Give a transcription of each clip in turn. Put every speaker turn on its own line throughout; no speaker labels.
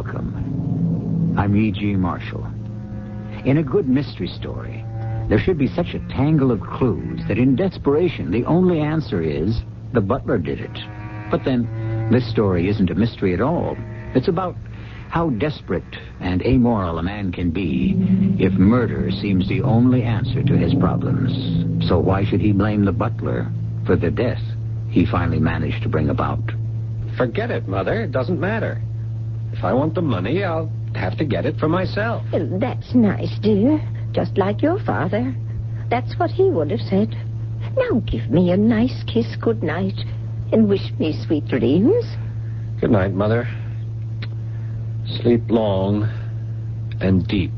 welcome. I'm E.G. Marshall. In a good mystery story, there should be such a tangle of clues that in desperation the only answer is the butler did it. But then, this story isn't a mystery at all. It's about how desperate and amoral a man can be if murder seems the only answer to his problems. So why should he blame the butler for the death he finally managed to bring about?
Forget it, Mother. It doesn't matter. If I want the money, I'll have to get it for myself.
Well, that's nice, dear. Just like your father. That's what he would have said. Now give me a nice kiss good night and wish me sweet dreams.
Good night, Mother. Sleep long and deep.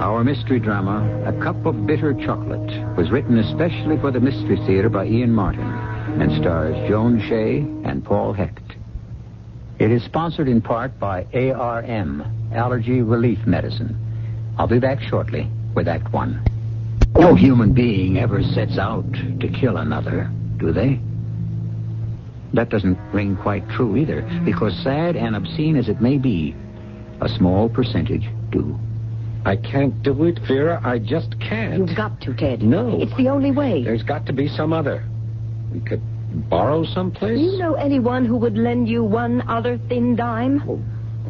Our mystery drama, A Cup of Bitter Chocolate, was written especially for the Mystery Theater by Ian Martin and stars Joan Shea and Paul Hecht. It is sponsored in part by ARM, Allergy Relief Medicine. I'll be back shortly with Act One. No human being ever sets out to kill another, do they? That doesn't ring quite true either, because sad and obscene as it may be, a small percentage do.
I can't do it, Vera. I just can't.
You've got to, Ted.
No.
It's the only way.
There's got to be some other. We could borrow someplace.
Do you know anyone who would lend you one other thin dime?
Well,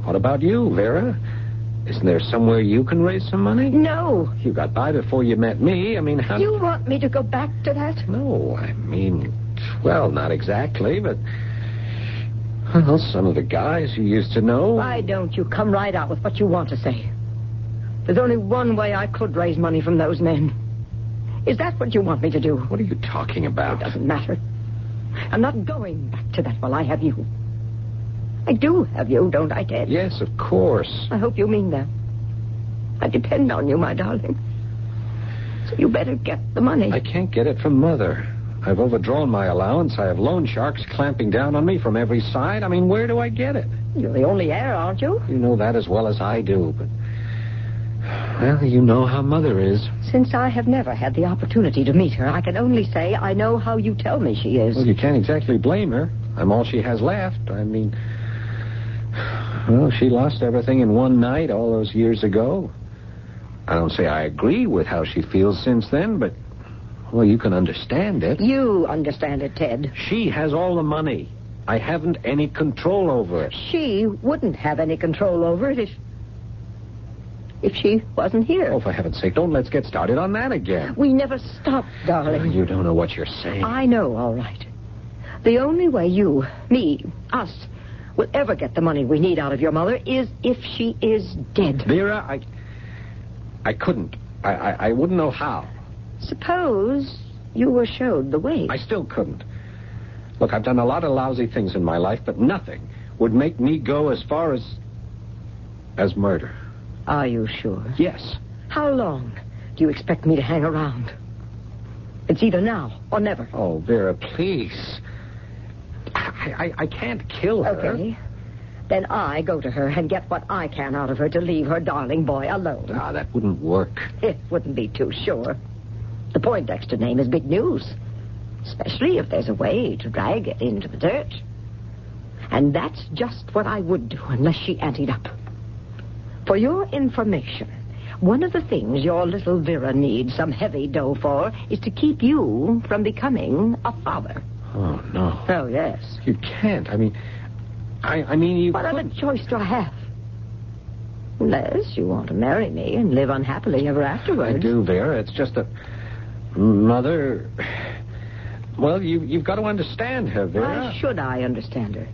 what about you, Vera? Isn't there somewhere you can raise some money?
No.
You got by before you met me. I mean, how...
You want me to go back to that?
No, I mean, well, not exactly, but... Well, some of the guys you used to know...
Why don't you come right out with what you want to say? There's only one way I could raise money from those men. Is that what you want me to do?
What are you talking about?
It doesn't matter. I'm not going back to that while I have you. I do have you, don't I, Ted?
Yes, of course.
I hope you mean that. I depend on you, my darling. So you better get the money.
I can't get it from Mother. I've overdrawn my allowance. I have loan sharks clamping down on me from every side. I mean, where do I get it?
You're the only heir, aren't you?
You know that as well as I do, but. Well, you know how Mother is.
Since I have never had the opportunity to meet her, I can only say I know how you tell me she is.
Well, you can't exactly blame her. I'm all she has left. I mean. Well, she lost everything in one night all those years ago. I don't say I agree with how she feels since then, but. Well, you can understand it.
You understand it, Ted.
She has all the money. I haven't any control over it.
She wouldn't have any control over it if. if she wasn't here.
Oh, for heaven's sake, don't let's get started on that again.
We never stop, darling.
You don't know what you're saying.
I know, all right. The only way you, me, us, will ever get the money we need out of your mother is if she is dead.
Vera, I. I couldn't. I, I, I wouldn't know how.
Suppose you were showed the way.
I still couldn't. Look, I've done a lot of lousy things in my life, but nothing would make me go as far as. as murder.
Are you sure?
Yes.
How long do you expect me to hang around? It's either now or never.
Oh, Vera, please. I, I, I can't kill her.
Okay. Then I go to her and get what I can out of her to leave her darling boy alone.
Ah, that wouldn't work.
It wouldn't be too sure. The Poindexter name is big news, especially if there's a way to drag it into the dirt. And that's just what I would do unless she anteed up. For your information, one of the things your little Vera needs some heavy dough for is to keep you from becoming a father.
Oh, no.
Oh, yes.
You can't. I mean, I, I mean, you.
What other
couldn't.
choice do I have? Unless you want to marry me and live unhappily ever afterwards.
I do, Vera. It's just that. Mother. Well, you, you've got to understand her, Vera.
Why should I understand her?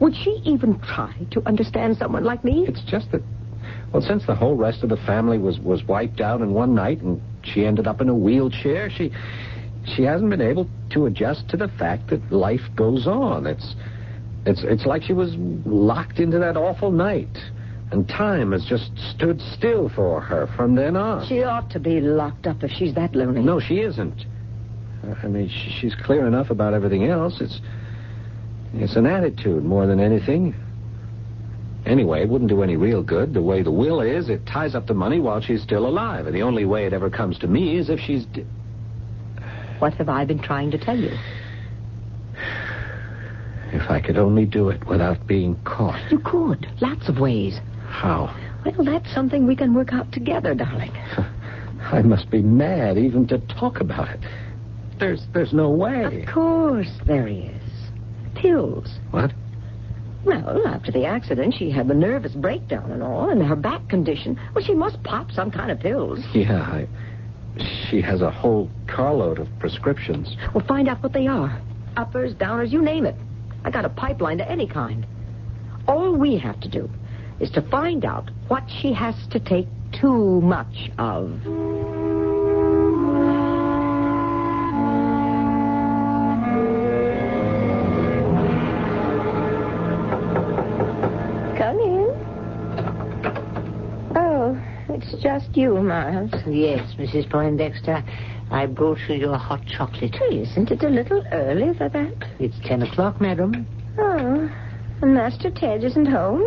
Would she even try to understand someone like me?
It's just that. Well, since the whole rest of the family was, was wiped out in one night and she ended up in a wheelchair, she. She hasn't been able to adjust to the fact that life goes on. It's. It's, it's like she was locked into that awful night. And time has just stood still for her from then on.
She ought to be locked up if she's that lonely.
No, she isn't. I mean, sh- she's clear enough about everything else. It's it's an attitude more than anything. Anyway, it wouldn't do any real good. The way the will is, it ties up the money while she's still alive. And the only way it ever comes to me is if she's. d
What have I been trying to tell you?
If I could only do it without being caught.
You could. Lots of ways.
How?
Well, that's something we can work out together, darling.
I must be mad even to talk about it. There's there's no way.
Of course there is. Pills.
What?
Well, after the accident, she had the nervous breakdown and all, and her back condition. Well, she must pop some kind of pills.
Yeah, I, she has a whole carload of prescriptions.
We'll find out what they are. Uppers, downers, you name it. I got a pipeline to any kind. All we have to do is to find out what she has to take too much of. Come in. Oh, it's just you, Miles.
Yes, Mrs. Poindexter. I brought you your hot chocolate.
Isn't it a little early for that?
It's ten o'clock, madam.
Oh, and Master Ted isn't home?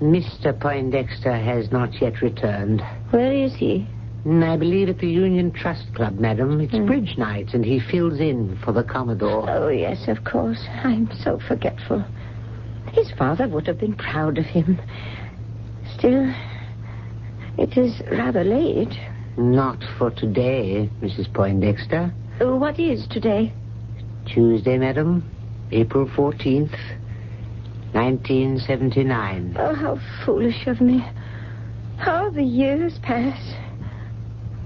Mr. Poindexter has not yet returned.
Where is he?
Mm, I believe at the Union Trust Club, madam. It's bridge night, and he fills in for the Commodore.
Hmm. Oh, yes, of course. I'm so forgetful. His father would have been proud of him. Still, it is rather late.
Not for today, Mrs. Poindexter.
Oh, What is today?
Tuesday, madam. April 14th, 1979.
Oh, how foolish of me. How the years pass.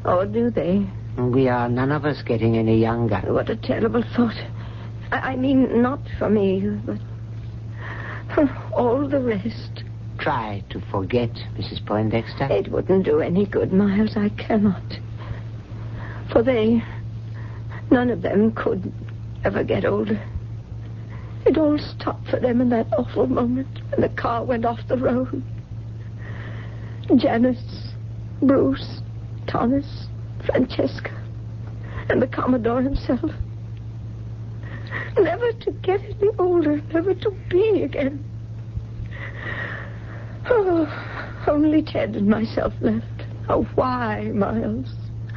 Or do they?
We are none of us getting any younger.
What a terrible thought. I, I mean, not for me, but for all the rest.
Try to forget, Mrs. Poindexter.
It wouldn't do any good, Miles. I cannot. For they, none of them could ever get older. It all stopped for them in that awful moment when the car went off the road. Janice, Bruce, Thomas, Francesca, and the Commodore himself. Never to get any older, never to be again. Oh, only Ted and myself left. Oh, why, Miles?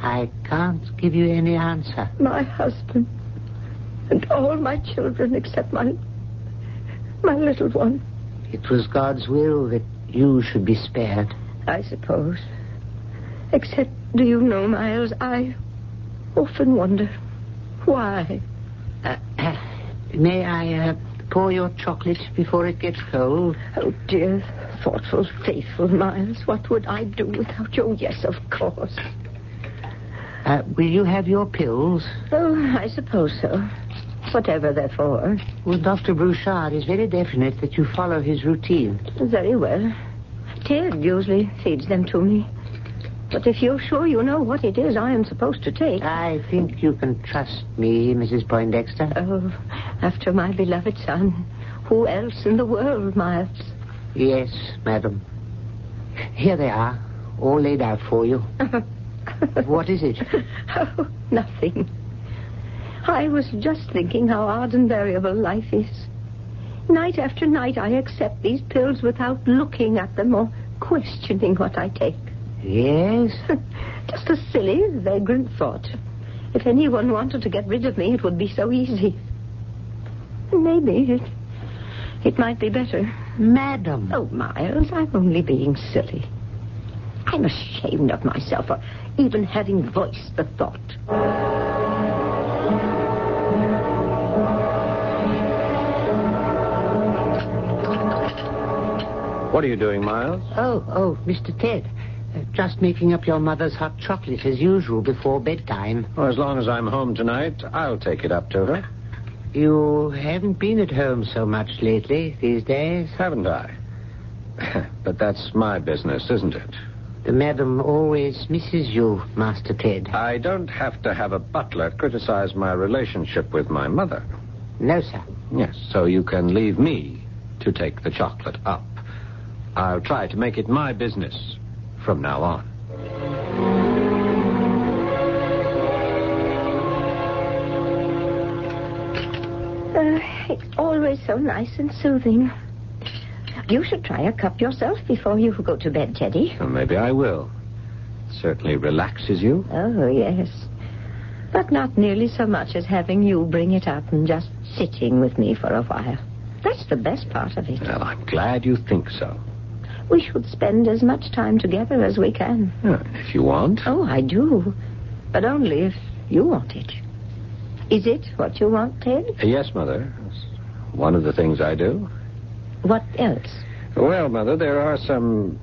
I can't give you any answer.
My husband. And all my children except my. my little one,
It was God's will that you should be spared.
I suppose. Except, do you know, Miles, I often wonder why.
Uh, may I uh, pour your chocolate before it gets cold?
Oh, dear, thoughtful, faithful Miles, what would I do without you? Yes, of course.
Uh, will you have your pills?
Oh, I suppose so. Whatever they're for.
Well, Dr. Brouchard is very definite that you follow his routine.
Very well. Ted usually feeds them to me. But if you're sure you know what it is I am supposed to take.
I think you can trust me, Mrs. Poindexter.
Oh, after my beloved son. Who else in the world, Miles?
Yes, madam. Here they are, all laid out for you. what is it?
Oh, nothing. I was just thinking how odd and variable life is. Night after night, I accept these pills without looking at them or questioning what I take.
Yes?
Just a silly, vagrant thought. If anyone wanted to get rid of me, it would be so easy. Maybe it, it might be better.
Madam.
Oh, Miles, I'm only being silly. I'm ashamed of myself for even having voiced the thought.
What are you doing, Miles?
Oh, oh, Mr. Ted. Uh, just making up your mother's hot chocolate as usual before bedtime.
Well, as long as I'm home tonight, I'll take it up to her.
You haven't been at home so much lately these days.
Haven't I? but that's my business, isn't it?
The madam always misses you, Master Ted.
I don't have to have a butler criticize my relationship with my mother.
No, sir.
Yes, so you can leave me to take the chocolate up. I'll try to make it my business from now on.
Uh, it's always so nice and soothing. You should try a cup yourself before you go to bed, Teddy.
Well, maybe I will. Certainly relaxes you.
Oh, yes. But not nearly so much as having you bring it up and just sitting with me for a while. That's the best part of it.
Well, I'm glad you think so.
We should spend as much time together as we can.
Yeah, if you want.
Oh, I do. But only if you want it. Is it what you want, Ted?
Yes, Mother. It's one of the things I do.
What else?
Well, Mother, there are some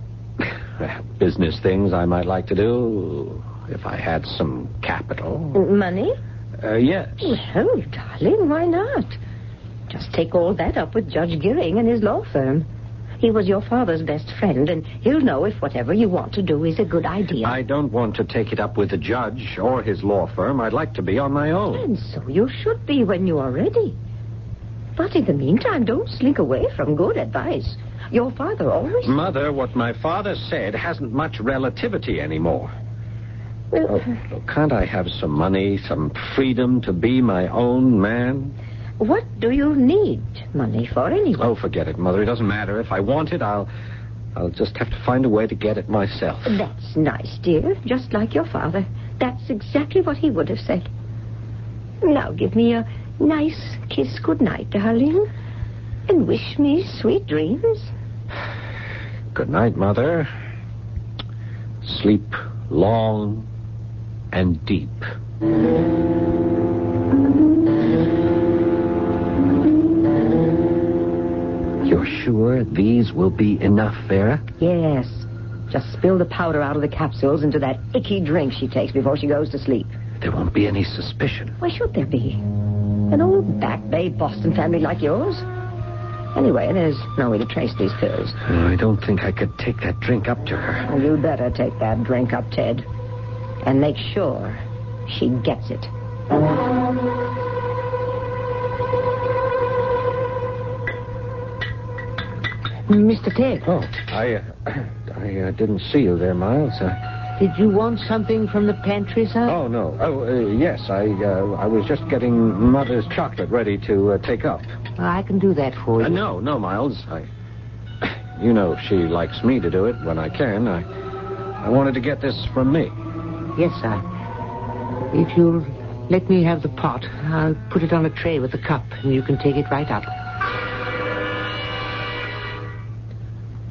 business things I might like to do if I had some capital.
Money?
Uh, yes.
Well, darling, why not? Just take all that up with Judge Gearing and his law firm. He was your father's best friend, and he'll know if whatever you want to do is a good idea.
I don't want to take it up with the judge or his law firm. I'd like to be on my own.
And so you should be when you are ready. But in the meantime, don't slink away from good advice. Your father always.
Mother, what my father said hasn't much relativity anymore.
Well,
Oh, can't I have some money, some freedom to be my own man?
what do you need money for anyway?
Oh, forget it, Mother. It doesn't matter. If I want it, I'll. I'll just have to find a way to get it myself.
That's nice, dear. Just like your father. That's exactly what he would have said. Now give me a nice kiss goodnight, darling. And wish me sweet dreams.
Good night, Mother. Sleep long and deep. You're sure these will be enough, Vera?
Yes. Just spill the powder out of the capsules into that icky drink she takes before she goes to sleep.
There won't be any suspicion.
Why should there be? An old back bay Boston family like yours? Anyway, there's no way to trace these pills.
Oh, I don't think I could take that drink up to her.
Well, you better take that drink up, Ted. And make sure she gets it.
Mr. Ted,
Oh, I, uh, I uh, didn't see you there, Miles. Uh,
did you want something from the pantry, sir?
oh no. Oh uh, yes, I, uh, I was just getting Mother's chocolate ready to uh, take up.
I can do that for you.
Uh, no, no, Miles. I, you know, she likes me to do it when I can. I, I wanted to get this from me.
Yes, sir. If you'll let me have the pot, I'll put it on a tray with the cup, and you can take it right up.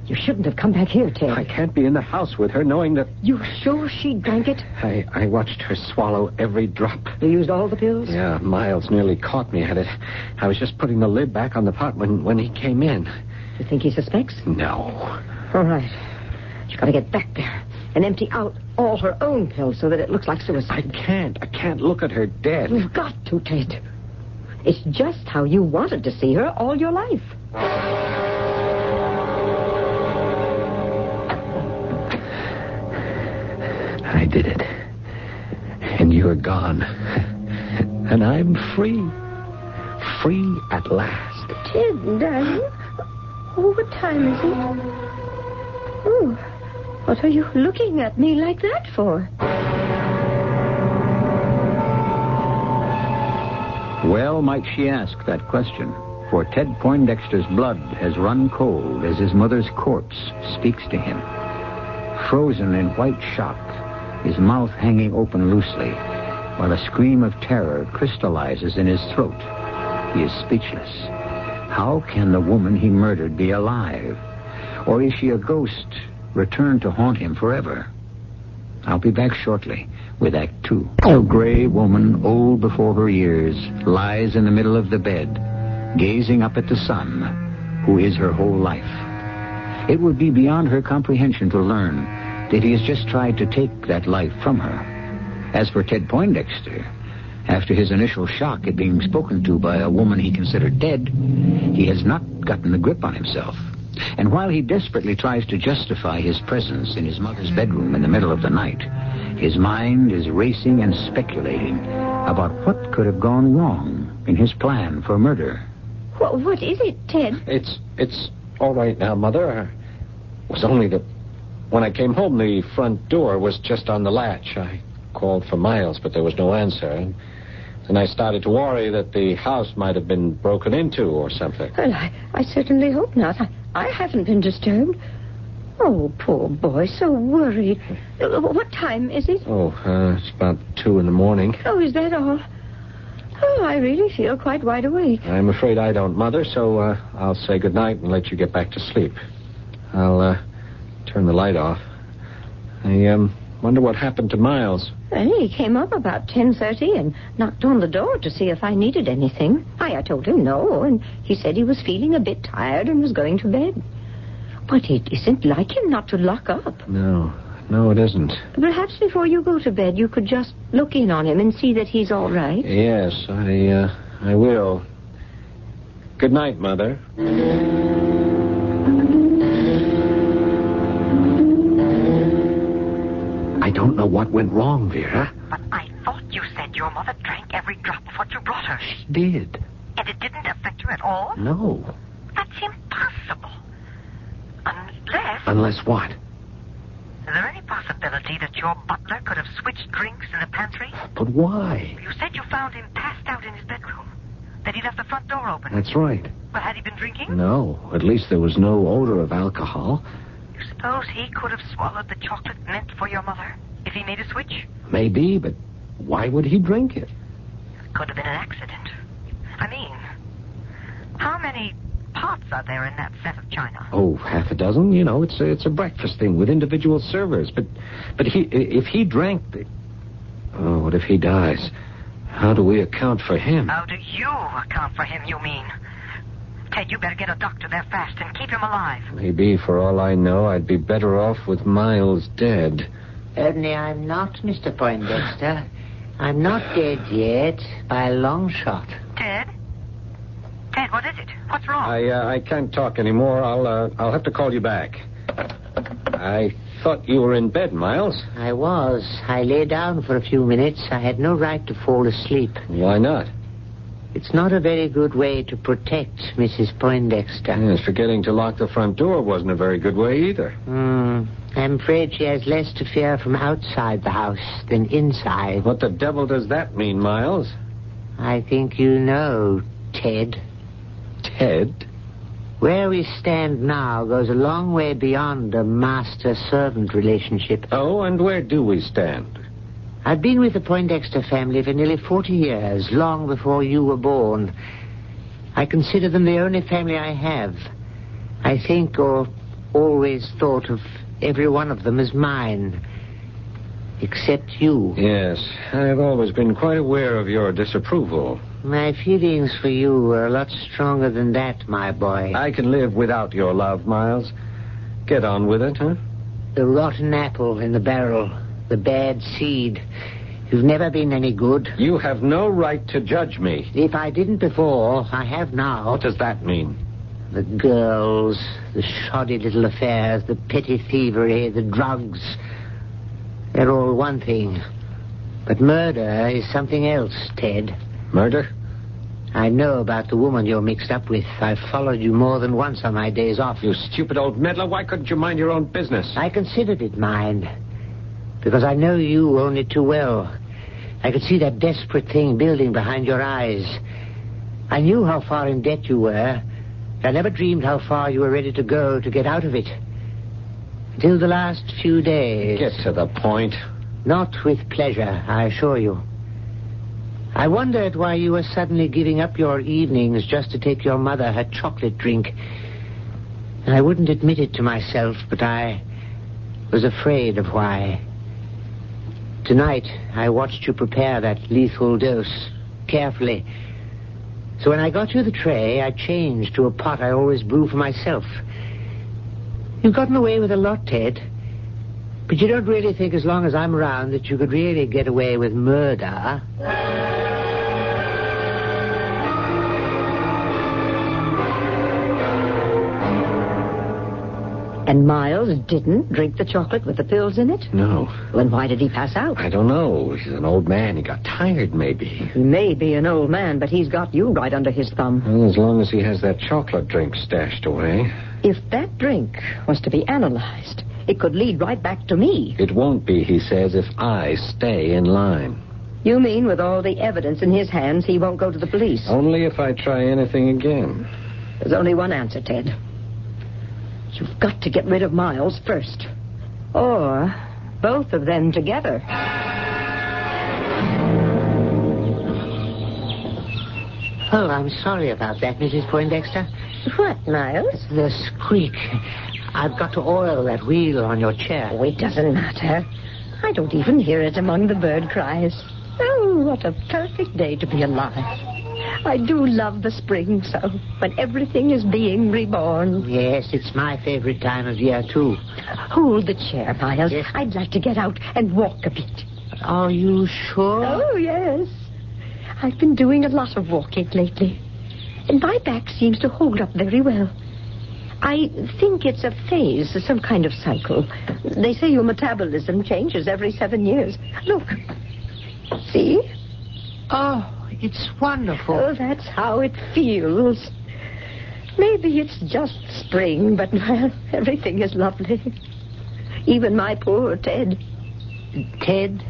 You shouldn't have come back here, Ted.
I can't be in the house with her knowing that
You sure she drank it?
I, I watched her swallow every drop.
You used all the pills?
Yeah, Miles nearly caught me at it. I was just putting the lid back on the pot when, when he came in.
You think he suspects?
No.
All right. She's got to get back there and empty out all her own pills so that it looks like
I
suicide.
can't. I can't look at her dead.
You've got to, Ted. It's just how you wanted to see her all your life.
I did it. And you're gone. And I'm free. Free at last.
Ted, darling. Oh, what time is it? Oh, what are you looking at me like that for?
Well might she ask that question, for Ted Poindexter's blood has run cold as his mother's corpse speaks to him. Frozen in white shock, his mouth hanging open loosely, while a scream of terror crystallizes in his throat, he is speechless. How can the woman he murdered be alive? Or is she a ghost returned to haunt him forever? I'll be back shortly with Act Two. A gray woman, old before her years, lies in the middle of the bed, gazing up at the sun, who is her whole life. It would be beyond her comprehension to learn that he has just tried to take that life from her. As for Ted Poindexter, after his initial shock at being spoken to by a woman he considered dead, he has not gotten the grip on himself. And while he desperately tries to justify his presence in his mother's bedroom in the middle of the night, his mind is racing and speculating about what could have gone wrong in his plan for murder.
What, what is it, Ted?
It's it's all right now, Mother. It was only that when I came home, the front door was just on the latch. I called for Miles, but there was no answer. And then I started to worry that the house might have been broken into or something.
Well, I, I certainly hope not. I, I haven't been disturbed. Oh, poor boy, so worried. Uh, What time is it?
Oh, uh, it's about two in the morning.
Oh, is that all? Oh, I really feel quite wide awake.
I'm afraid I don't, Mother, so uh, I'll say goodnight and let you get back to sleep. I'll uh, turn the light off. I um, wonder what happened to Miles.
Well, he came up about 10.30 and knocked on the door to see if I needed anything. I, I told him no, and he said he was feeling a bit tired and was going to bed. But it isn't like him not to lock up.
No, no, it isn't.
Perhaps before you go to bed, you could just look in on him and see that he's all right.
Yes, I uh, I will. Good night, Mother.
I don't know what went wrong, Vera.
But I thought you said your mother drank every drop of what you brought her.
She did. Mm.
And it didn't affect you at all?
No.
That's impossible. Unless.
Unless what?
Is there any possibility that your butler could have switched drinks in the pantry?
But why?
You said you found him passed out in his bedroom. That he left the front door open.
That's right.
Well, had he been drinking?
No. At least there was no odor of alcohol.
You suppose he could have swallowed the chocolate meant for your mother if he made a switch?
Maybe, but why would he drink it?
Could have been an accident. I mean, how many pots are there in that set of china?
Oh, half a dozen. You know, it's a, it's a breakfast thing with individual servers. But but he if he drank the Oh, what if he dies? How do we account for him?
How do you account for him, you mean? Ted, you better get a doctor there fast and keep him alive.
Maybe, for all I know, I'd be better off with Miles dead.
Only I'm not, Mr. Poindexter. I'm not dead yet by a long shot.
Ted? Ted, what is it? What's wrong?
I uh, I can't talk anymore. I'll uh, I'll have to call you back. I thought you were in bed, Miles.
I was. I lay down for a few minutes. I had no right to fall asleep.
Why not?
It's not a very good way to protect Mrs. Poindexter.
Yes, forgetting to lock the front door wasn't a very good way either.
Hmm. I'm afraid she has less to fear from outside the house than inside.
What the devil does that mean, Miles?
I think you know, Ted.
Ted?
Where we stand now goes a long way beyond a master servant relationship.
Oh, and where do we stand?
I've been with the Poindexter family for nearly 40 years, long before you were born. I consider them the only family I have. I think or always thought of every one of them as mine, except you.
Yes, I've always been quite aware of your disapproval.
My feelings for you were a lot stronger than that, my boy.
I can live without your love, Miles. Get on with it, huh?
The rotten apple in the barrel, the bad seed. You've never been any good.
You have no right to judge me.
If I didn't before, I have now.
What does that mean?
The girls, the shoddy little affairs, the petty thievery, the drugs. They're all one thing. But murder is something else, Ted.
Murder?
I know about the woman you're mixed up with. I've followed you more than once on my days off.
You stupid old meddler, why couldn't you mind your own business?
I considered it mine. Because I know you only too well. I could see that desperate thing building behind your eyes. I knew how far in debt you were. I never dreamed how far you were ready to go to get out of it. Until the last few days.
Get to the point.
Not with pleasure, I assure you. I wondered why you were suddenly giving up your evenings just to take your mother her chocolate drink. I wouldn't admit it to myself, but I was afraid of why. Tonight, I watched you prepare that lethal dose carefully. So when I got you the tray, I changed to a pot I always brew for myself. You've gotten away with a lot, Ted. But you don't really think, as long as I'm around, that you could really get away with murder.
And Miles didn't drink the chocolate with the pills in it?
No,
Then why did he pass out?
I don't know. He's an old man. He got tired, maybe.
He may be an old man, but he's got you right under his thumb.
Well, as long as he has that chocolate drink stashed away,
If that drink was to be analyzed, it could lead right back to me.
it won't be, he says, if I stay in line.
You mean with all the evidence in his hands, he won't go to the police?
Only if I try anything again.
There's only one answer, Ted. You've got to get rid of Miles first. Or both of them together.
Oh, I'm sorry about that, Mrs. Poindexter.
What, Miles?
The squeak. I've got to oil that wheel on your chair.
Oh, it doesn't matter. I don't even hear it among the bird cries. Oh, what a perfect day to be alive. I do love the spring so, when everything is being reborn.
Yes, it's my favorite time of year, too.
Hold the chair, Miles.
Yes.
I'd like to get out and walk a bit.
Are you sure?
Oh, yes. I've been doing a lot of walking lately. And my back seems to hold up very well. I think it's a phase, some kind of cycle. They say your metabolism changes every seven years. Look. See?
Oh, it's wonderful.
Oh, that's how it feels. Maybe it's just spring, but well, everything is lovely. Even my poor Ted. Ted?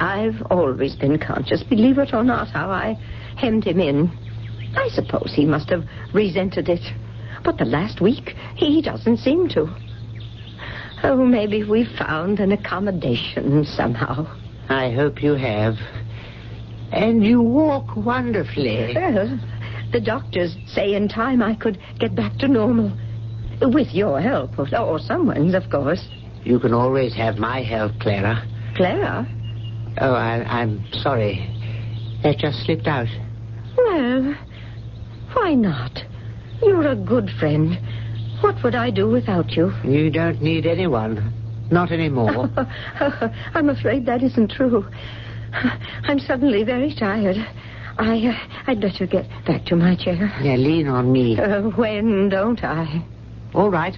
I've always been conscious, believe it or not, how I hemmed him in. I suppose he must have resented it. But the last week, he doesn't seem to. Oh, maybe we've found an accommodation somehow.
I hope you have. And you walk wonderfully.
Well, the doctors say in time I could get back to normal. With your help, or, or someone's, of course.
You can always have my help, Clara.
Clara?
Oh, I, I'm sorry. That just slipped out.
Well, why not? You're a good friend. What would I do without you?
You don't need anyone. Not anymore.
I'm afraid that isn't true. I'm suddenly very tired. I, uh, I'd better get back to my chair.
now lean on me.
Uh, when don't I?
All right.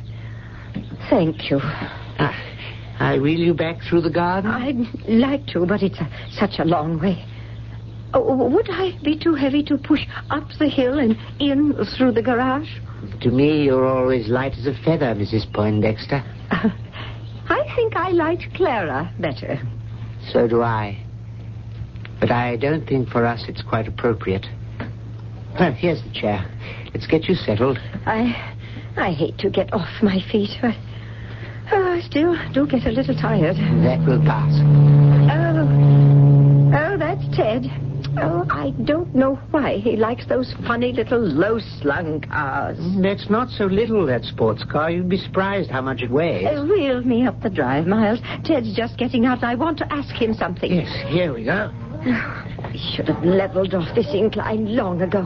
Thank you.
Ah, I wheel you back through the garden.
I'd like to, but it's a, such a long way. Oh, would I be too heavy to push up the hill and in through the garage?
To me, you're always light as a feather, Mrs. Poindexter.
I think I liked Clara better.
So do I. But I don't think for us it's quite appropriate. Well, here's the chair. Let's get you settled.
I, I hate to get off my feet, but oh, I still do get a little tired.
That will pass.
Oh, oh, that's Ted. Oh, I don't know why he likes those funny little low-slung cars.
That's not so little, that sports car. You'd be surprised how much it weighs.
Uh, wheel me up the drive, Miles. Ted's just getting out, and I want to ask him something.
yes, here we go.
We should have leveled off this incline long ago.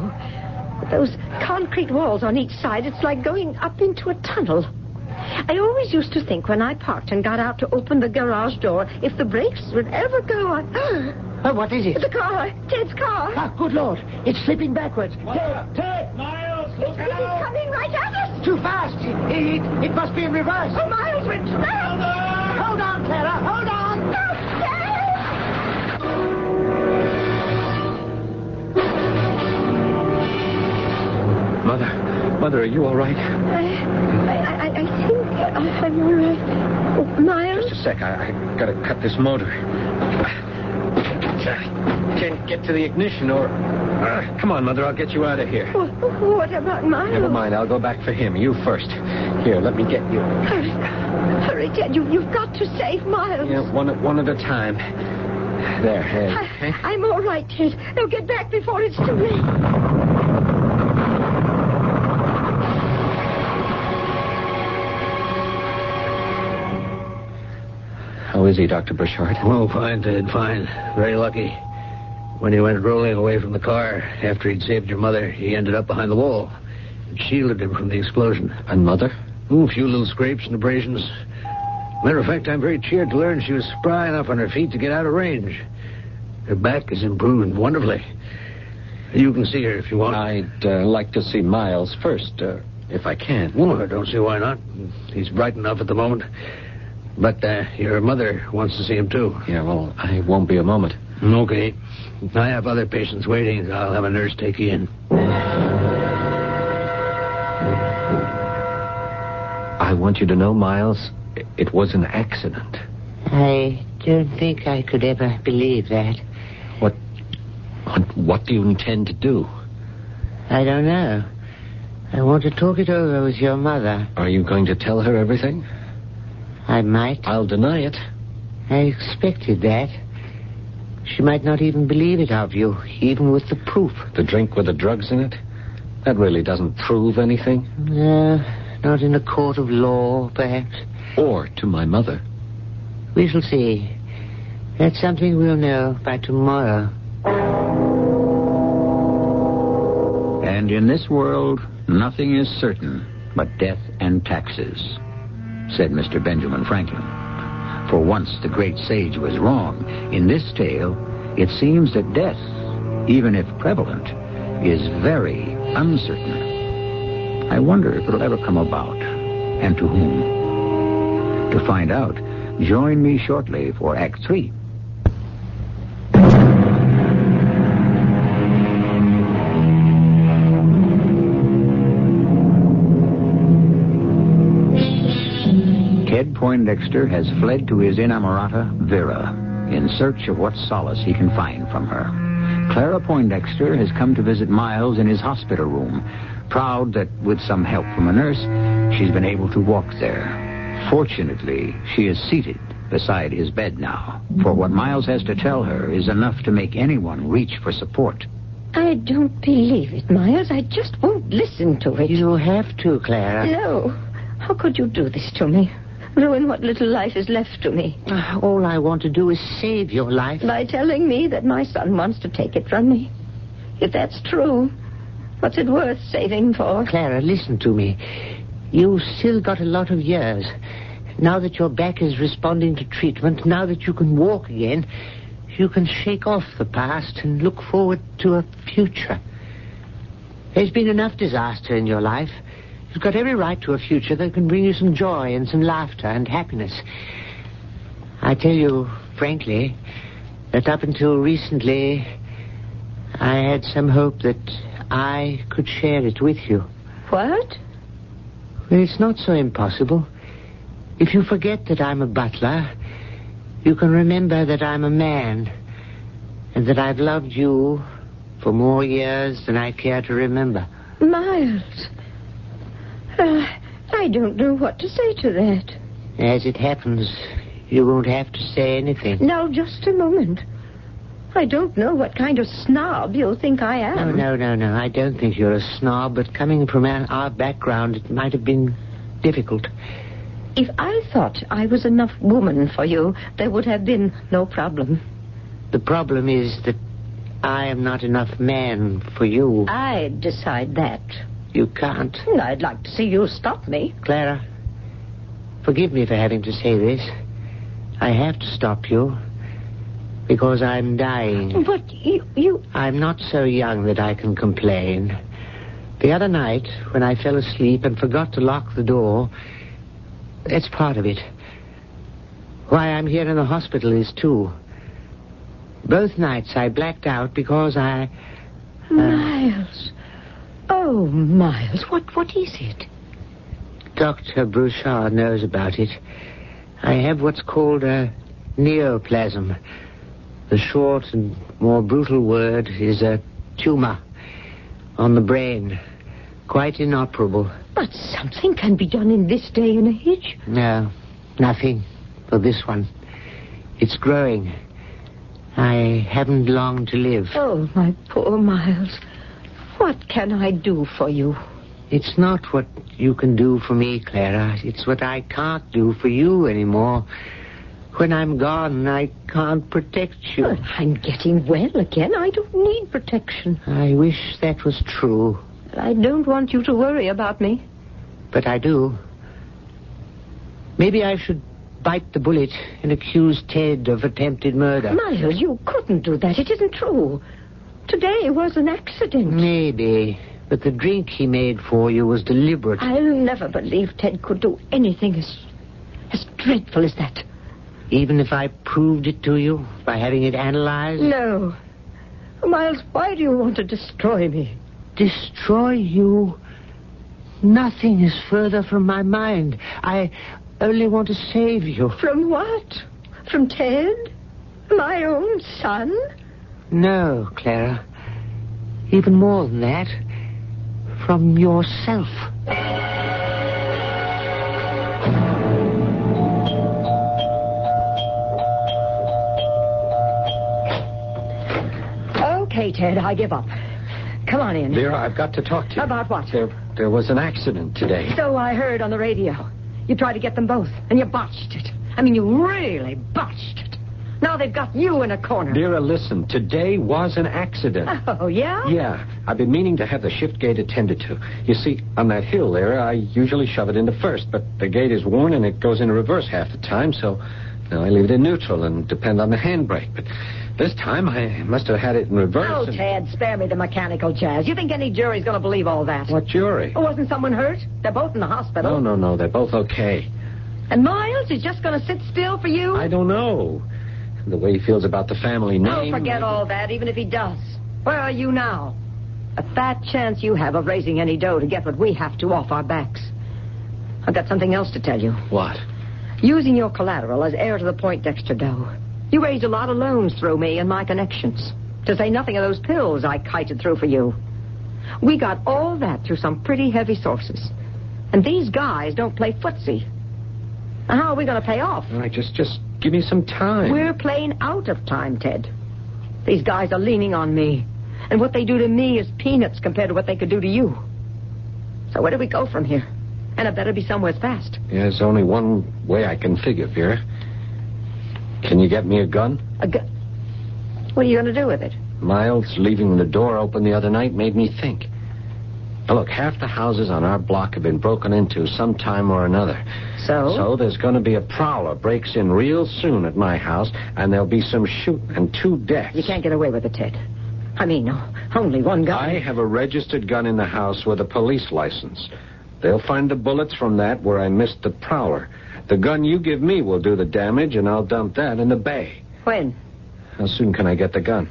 With those concrete walls on each side, it's like going up into a tunnel. I always used to think when I parked and got out to open the garage door if the brakes would ever go on.
Oh, what is it?
The car, Ted's car.
Ah, good Lord. It's slipping backwards.
It's coming right at us.
Too fast. It, it, it must be in reverse.
Oh, Miles, we're trapped.
Hold on, Clara. Hold on.
Mother, Mother, are you all right?
I, I, I- I think I- I'm all right. Oh, Miles?
Just a sec. I, I gotta cut this motor. Uh, Can't get to the ignition, or uh, come on, Mother. I'll get you out of here.
What, what about Miles?
Never mind. I'll go back for him. You first. Here, let me get you.
Hurry, hurry, Ted. You, you've got to save Miles.
Yeah, one at one at a time. There. hey.
I, am all right, Ted. Now get back before it's too late.
How is he, Doctor Burchard?
Oh, fine, Ted, fine. Very lucky. When he went rolling away from the car after he'd saved your mother, he ended up behind the wall. It shielded him from the explosion.
And Mother?
Ooh, a few little scrapes and abrasions. Matter of fact, I'm very cheered to learn she was spry enough on her feet to get out of range. Her back is improving wonderfully. You can see her if you want.
I'd uh, like to see Miles first, uh, if I can.
Well, I don't see why not. He's bright enough at the moment. But uh, your mother wants to see him, too.
Yeah, well, I won't be a moment.
Okay. I have other patients waiting. I'll have a nurse take you in.
I want you to know, Miles, i- it was an accident.
I don't think I could ever believe that.
What, what, what do you intend to do?
I don't know.
I want to talk it over with your mother.
Are you going to tell her everything?
I might.
I'll deny it.
I expected that. She might not even believe it of you, even with the proof.
The drink with the drugs in it? That really doesn't prove anything.
Uh, not in a court of law, perhaps.
Or to my mother.
We shall see. That's something we'll know by tomorrow.
And in this world, nothing is certain but death and taxes, said Mr. Benjamin Franklin. For once the great sage was wrong. In this tale, it seems that death, even if prevalent, is very uncertain. I wonder if it'll ever come about, and to whom. To find out, join me shortly for Act Three. Ted Poindexter has fled to his inamorata, Vera, in search of what solace he can find from her. Clara Poindexter has come to visit Miles in his hospital room, proud that, with some help from a nurse, she's been able to walk there. Fortunately, she is seated beside his bed now, for what Miles has to tell her is enough to make anyone reach for support.
I don't believe it, Myers. I just won't listen to it.
You have to, Clara.
No. How could you do this to me? Ruin what little life is left to me
Ah, All I want to do is save your life.
by telling me that my son wants to take it from me. If that's true, what's it worth saving for?
Clara, listen to me. You've still got a lot of years. Now that your back is responding to treatment, now that you can walk again, you can shake off the past and look forward to a future. There's been enough disaster in your life. You've got every right to a future that can bring you some joy and some laughter and happiness. I tell you, frankly, that up until recently, I had some hope that I could share it with you.
What?
Well, it's not so impossible. If you forget that I'm a butler, you can remember that I'm a man, and that I've loved you for more years than I care to remember.
Miles. Uh, I don't know what to say to that.
As it happens, you won't have to say anything.
Now, just a moment. I don't know what kind of snob you think I
No,
am.
no, no, no. I don't think you're a snob, but coming from our our background, it might have been difficult.
If I thought I was enough woman for you, there would have been no problem.
The problem is that I am not enough man for you.
I'd decide that.
You can't.
And I'd like to see you stop me.
Clara, forgive me for having to say this. I have to stop you because I'm dying.
But you, you,
I'm not so young that I can complain. The other night, when I fell asleep and forgot to lock the door, that's part of it. Why I'm here in the hospital is too. Both nights I blacked out because I.
Uh. Miles. Oh, Miles, what, what is it?
Dr. Brouchard knows about it. I have what's called a neoplasm. The short and more brutal word is a tumor on the brain. Quite inoperable.
But something can be done in this day and age.
No, nothing for this one. It's growing. I haven't long to live.
Oh, my poor Miles. What can I do for you?
It's not what you can do for me, Clara. It's what I can't do for you anymore. When I'm gone, I can't protect you.
Well, I'm getting well again. I don't need protection.
I wish that was true,
I don't want you to worry about me.
but I do. Maybe I should bite the bullet and accuse Ted of attempted murder.
Miles, you couldn't do that. It isn't true. Today was an accident.
Maybe, but the drink he made for you was deliberate.
I'll never believe Ted could do anything as as dreadful as that.
Even if I proved it to you by having it analyzed,
No. Miles, why do you want to destroy me?
destroy you. Nothing is further from my mind. I only want to save you.
From what? From Ted? My own son?
No, Clara. Even more than that. from yourself.
Okay, Ted, I give up. Come on in.
Vera, I've got to talk to you.
About what?
There, there was an accident today.
So I heard on the radio. You tried to get them both, and you botched it. I mean, you really botched it. Now they've got you in a corner.
Vera, listen. Today was an accident.
Oh, yeah?
Yeah, I've been meaning to have the shift gate attended to. You see, on that hill there, I usually shove it into first, but the gate is worn and it goes into reverse half the time, so now I leave it in neutral and depend on the handbrake. But this time I must have had it in reverse.
Oh,
and-
Ted, spare me the mechanical jazz. You think any jury's going to believe all that?
What jury?
Oh, wasn't someone hurt? They're both in the
No,
hospital.
no, no, they're both okay.
And Miles is just going to sit still for you?
I don't know. The way he feels about the family name.
Oh, forget all that, even if he does. Where are you now? A fat chance you have of raising any dough to get what we have to off our backs. I've got something else to tell you.
What?
Using your collateral as heir to the Point Dexter dough, you raised a lot of loans through me and my connections. To say nothing of those pills I kited through for you. We got all that through some pretty heavy sources. And these guys don't play footsie. Now, How are we going to pay off?
All right, just, just give me some time.
We're playing out of time, Ted. These guys are leaning on me. And what they do to me is peanuts compared to what they could do to you. So where do we go from here? And it better be somewhere fast.
Yeah, There's only one way I can figure, Vera. Can you get me a gun?
A gu- what are you going to do with it?
Miles leaving the door open the other night made me think. Now, look, half the houses on our block have been broken into sometime or another.
So?
So there's going to be a prowler breaks in real soon at my house, and there'll be some shooting and two deaths.
You can't get away with it, Ted. I mean, no, only one guy.
I have a registered gun in the house with a police license. They'll find the bullets from that where I missed the prowler. The gun you give me will do the damage, and I'll dump that in the bay.
When?
How soon can I get the gun?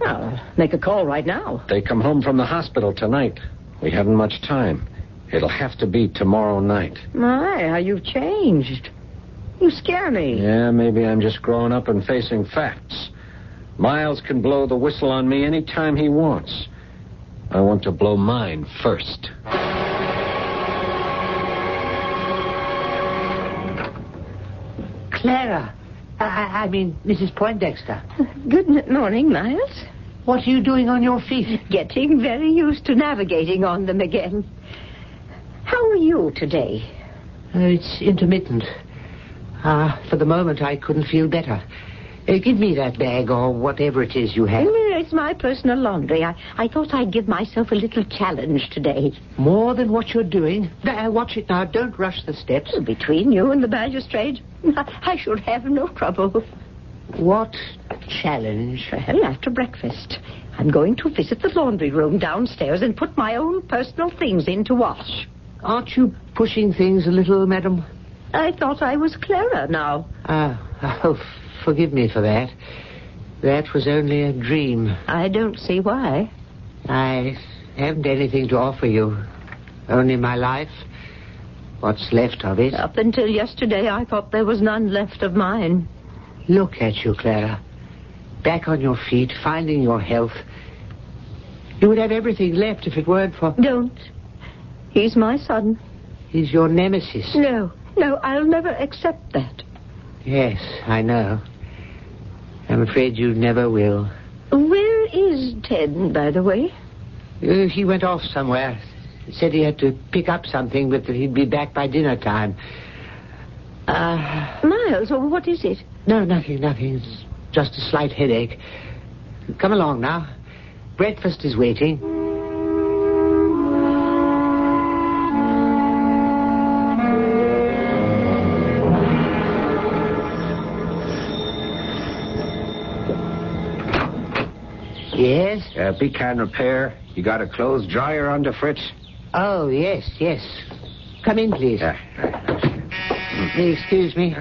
Well, make a call right now.
They come home from the hospital tonight. We haven't much time. It'll have to be tomorrow night.
My, how you've changed. You scare me.
Yeah, maybe I'm just growing up and facing facts. Miles can blow the whistle on me any time he wants. I want to blow mine first.
Clara. I- I, I mean, Mrs. Poindexter.
Good n- morning, Miles.
What are you doing on your feet?
Getting very used to navigating on them again. How are you today?
Uh, it's intermittent. Ah, for the moment, I couldn't feel better. Uh, give me that bag or whatever it is you have.
Well, It's my personal laundry. I, I thought I'd give myself a little challenge today.
More than what you're doing. There, watch it now. Don't rush the steps.
Between you and the magistrate, I should have no trouble.
What challenge?
Well, after breakfast, I'm going to visit the laundry room downstairs and put my own personal things in to wash.
Aren't you pushing things a little, madam?
I thought I was Clara now.
Ah, oh, forgive me for that. That was only a dream.
I don't see why.
I haven't anything to offer you. Only my life. What's left of it.
Up until yesterday, I thought there was none left of mine.
Look at you, Clara. Back on your feet, finding your health. You would have everything left if it weren't for.
Don't. He's my son.
He's your nemesis.
No, no, I'll never accept that.
Yes, I know. I'm afraid you never will.
Where is Ted, by the way?
Uh, he went off somewhere. Said he had to pick up something, but that he'd be back by dinner time. Uh,
Miles, or what is it?
no, nothing, nothing. It's just a slight headache. Come along now. Breakfast is waiting. Yes?
Uh, pecan repair. You got a clothes dryer under Fritz?
Oh, yes, yes. Come in, please. Excuse me.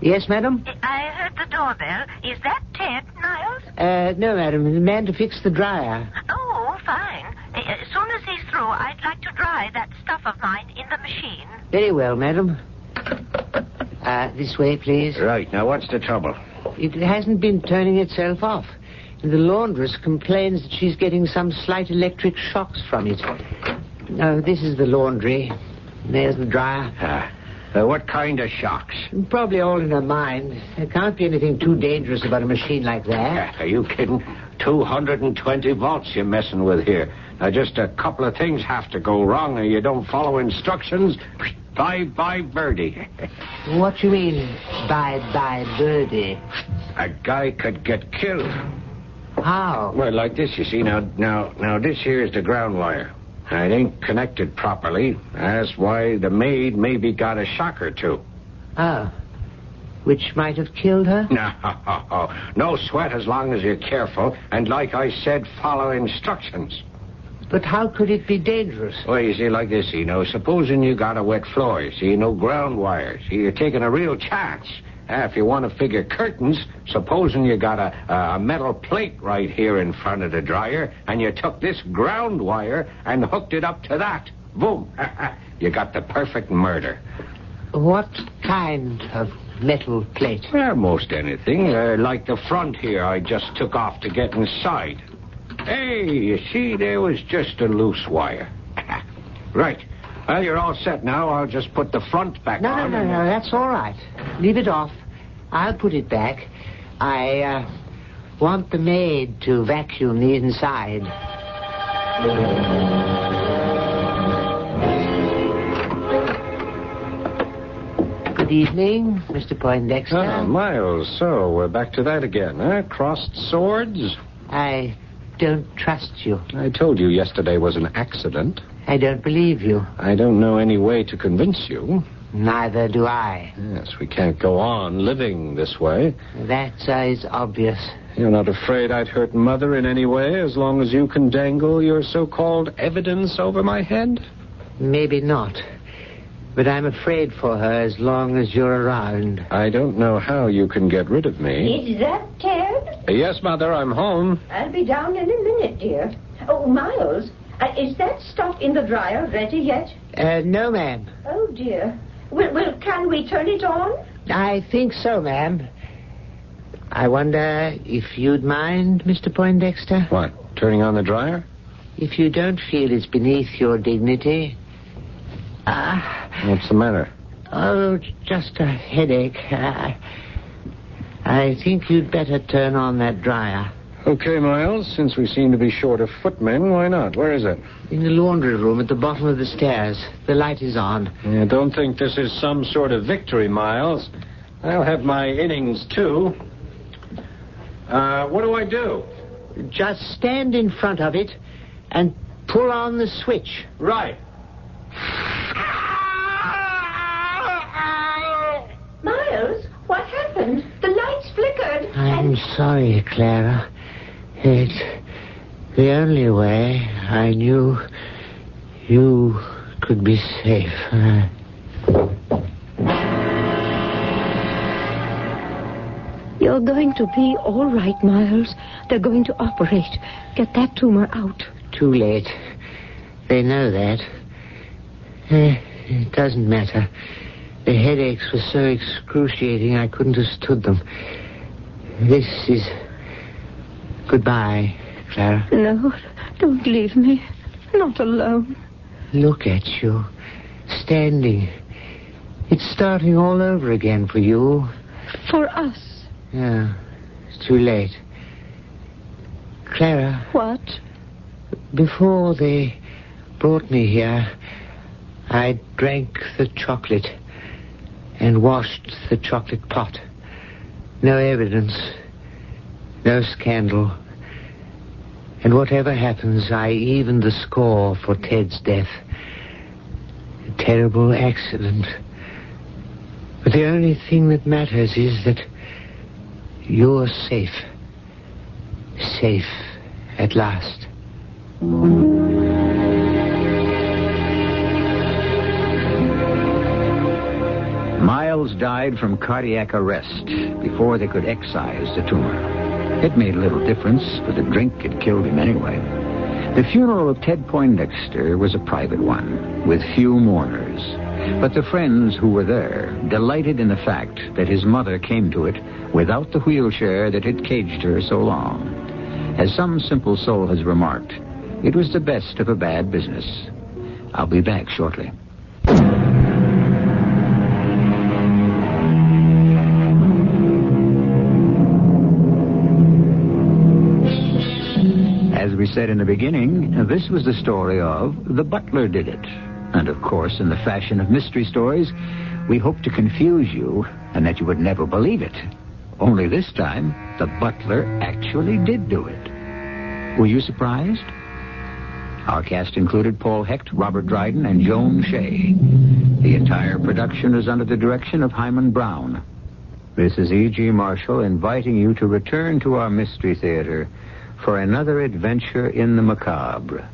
Yes, madam?
I heard the doorbell. Is that Ted, Niles?
Uh, no, madam. The man to fix the dryer.
Oh, fine. Uh, As soon as he's through, I'd like to dry that stuff of mine in the machine.
Very well, madam. Uh, this way, please.
Right. Now, what's the trouble?
It hasn't been turning itself off. The laundress complains that she's getting some slight electric shocks from it. Oh, this is the laundry. There's the dryer.
Ah,
Uh, uh, what kind of shocks?
Probably all in her mind. There can't be anything too dangerous about a machine like that.
Are you kidding? 220 volts you're messing with here. Now, just a couple of things have to go wrong, or you don't follow instructions. Bye bye, birdie.
What you mean, bye bye birdie?
A guy could get killed.
How?
Well, like this, you see. Now, now, now, this here is the ground wire. It ain't connected properly. That's why the maid maybe got a shock or two.
Oh. Which might have killed her?
No, no sweat as long as you're careful. And like I said, follow instructions.
But how could it be dangerous?
Well, you see, like this, you know, supposing you got a wet floor, you see, no ground wires. See, you're taking a real chance. Ah, if you want to figure curtains, supposing you got a, a metal plate right here in front of the dryer, and you took this ground wire and hooked it up to that. Boom. you got the perfect murder.
What kind of metal plate?
Well, most anything. Uh, like the front here I just took off to get inside. Hey, you see, there was just a loose wire. right. Well, you're all set now. I'll just put the front back
No, no,
on.
no,
and-
no, that's all right. Leave it off. I'll put it back. I uh, want the maid to vacuum the inside. Good evening, Mr. Poindexter.
Ah,
Oh, Miles, so we're back to that again, huh? Crossed swords?
I don't trust you.
I told you yesterday was an accident.
I don't believe you.
I don't know any way to convince you.
Neither do I.
Yes, we can't go on living this way.
That uh, is obvious.
You're not afraid I'd hurt Mother in any way as long as you can dangle your so called evidence over my head?
Maybe not. But I'm afraid for her as long as you're around.
I don't know how you can get rid of me.
Is that Ted?
Yes, Mother, I'm home.
I'll be down in a minute, dear. Oh, Miles, uh, is that stuff in the dryer ready yet?
Uh, no, ma'am.
Oh, dear. Well, well, can we turn it on?
I think so, ma'am. I wonder if you'd mind, Mr. Poindexter?
What, turning on the dryer?
If you don't feel it's beneath your dignity. Ah.
What's the matter?
Oh, just a headache. I, I think you'd better turn on that dryer.
Okay, Miles, since we seem to be short of footmen, why not? Where is it?
In the laundry room at the bottom of the stairs. The light is on.
Yeah, don't think this is some sort of victory, Miles. I'll have my innings, too. Uh, what do I do?
Just stand in front of it and pull on the switch.
Right.
Miles, what happened? The lights flickered.
I'm sorry, Clara. It's the only way I knew you could be safe. Uh,
You're going to be all right, Miles. They're going to operate. Get that tumor out.
Too late. They know that. Eh, it doesn't matter. The headaches were so excruciating I couldn't have stood them. This is. Goodbye, Clara.
No, don't leave me. Not alone.
Look at you. Standing. It's starting all over again for you.
For us.
Yeah, it's too late. Clara.
What?
Before they brought me here, I drank the chocolate and washed the chocolate pot. No evidence, no scandal. And whatever happens, I even the score for Ted's death. A terrible accident. But the only thing that matters is that you're safe. Safe at last.
Miles died from cardiac arrest before they could excise the tumor. It made little difference, but the drink had killed him anyway. The funeral of Ted Poindexter was a private one, with few mourners. But the friends who were there delighted in the fact that his mother came to it without the wheelchair that had caged her so long.
As some simple soul has remarked, it was the best of a bad business. I'll be back shortly. As we said in the beginning, this was the story of The Butler Did It. And of course, in the fashion of mystery stories, we hope to confuse you and that you would never believe it. Only this time, the butler actually did do it. Were you surprised? Our cast included Paul Hecht, Robert Dryden, and Joan Shea. The entire production is under the direction of Hyman Brown. This is E.G. Marshall inviting you to return to our Mystery Theater for another adventure in the macabre.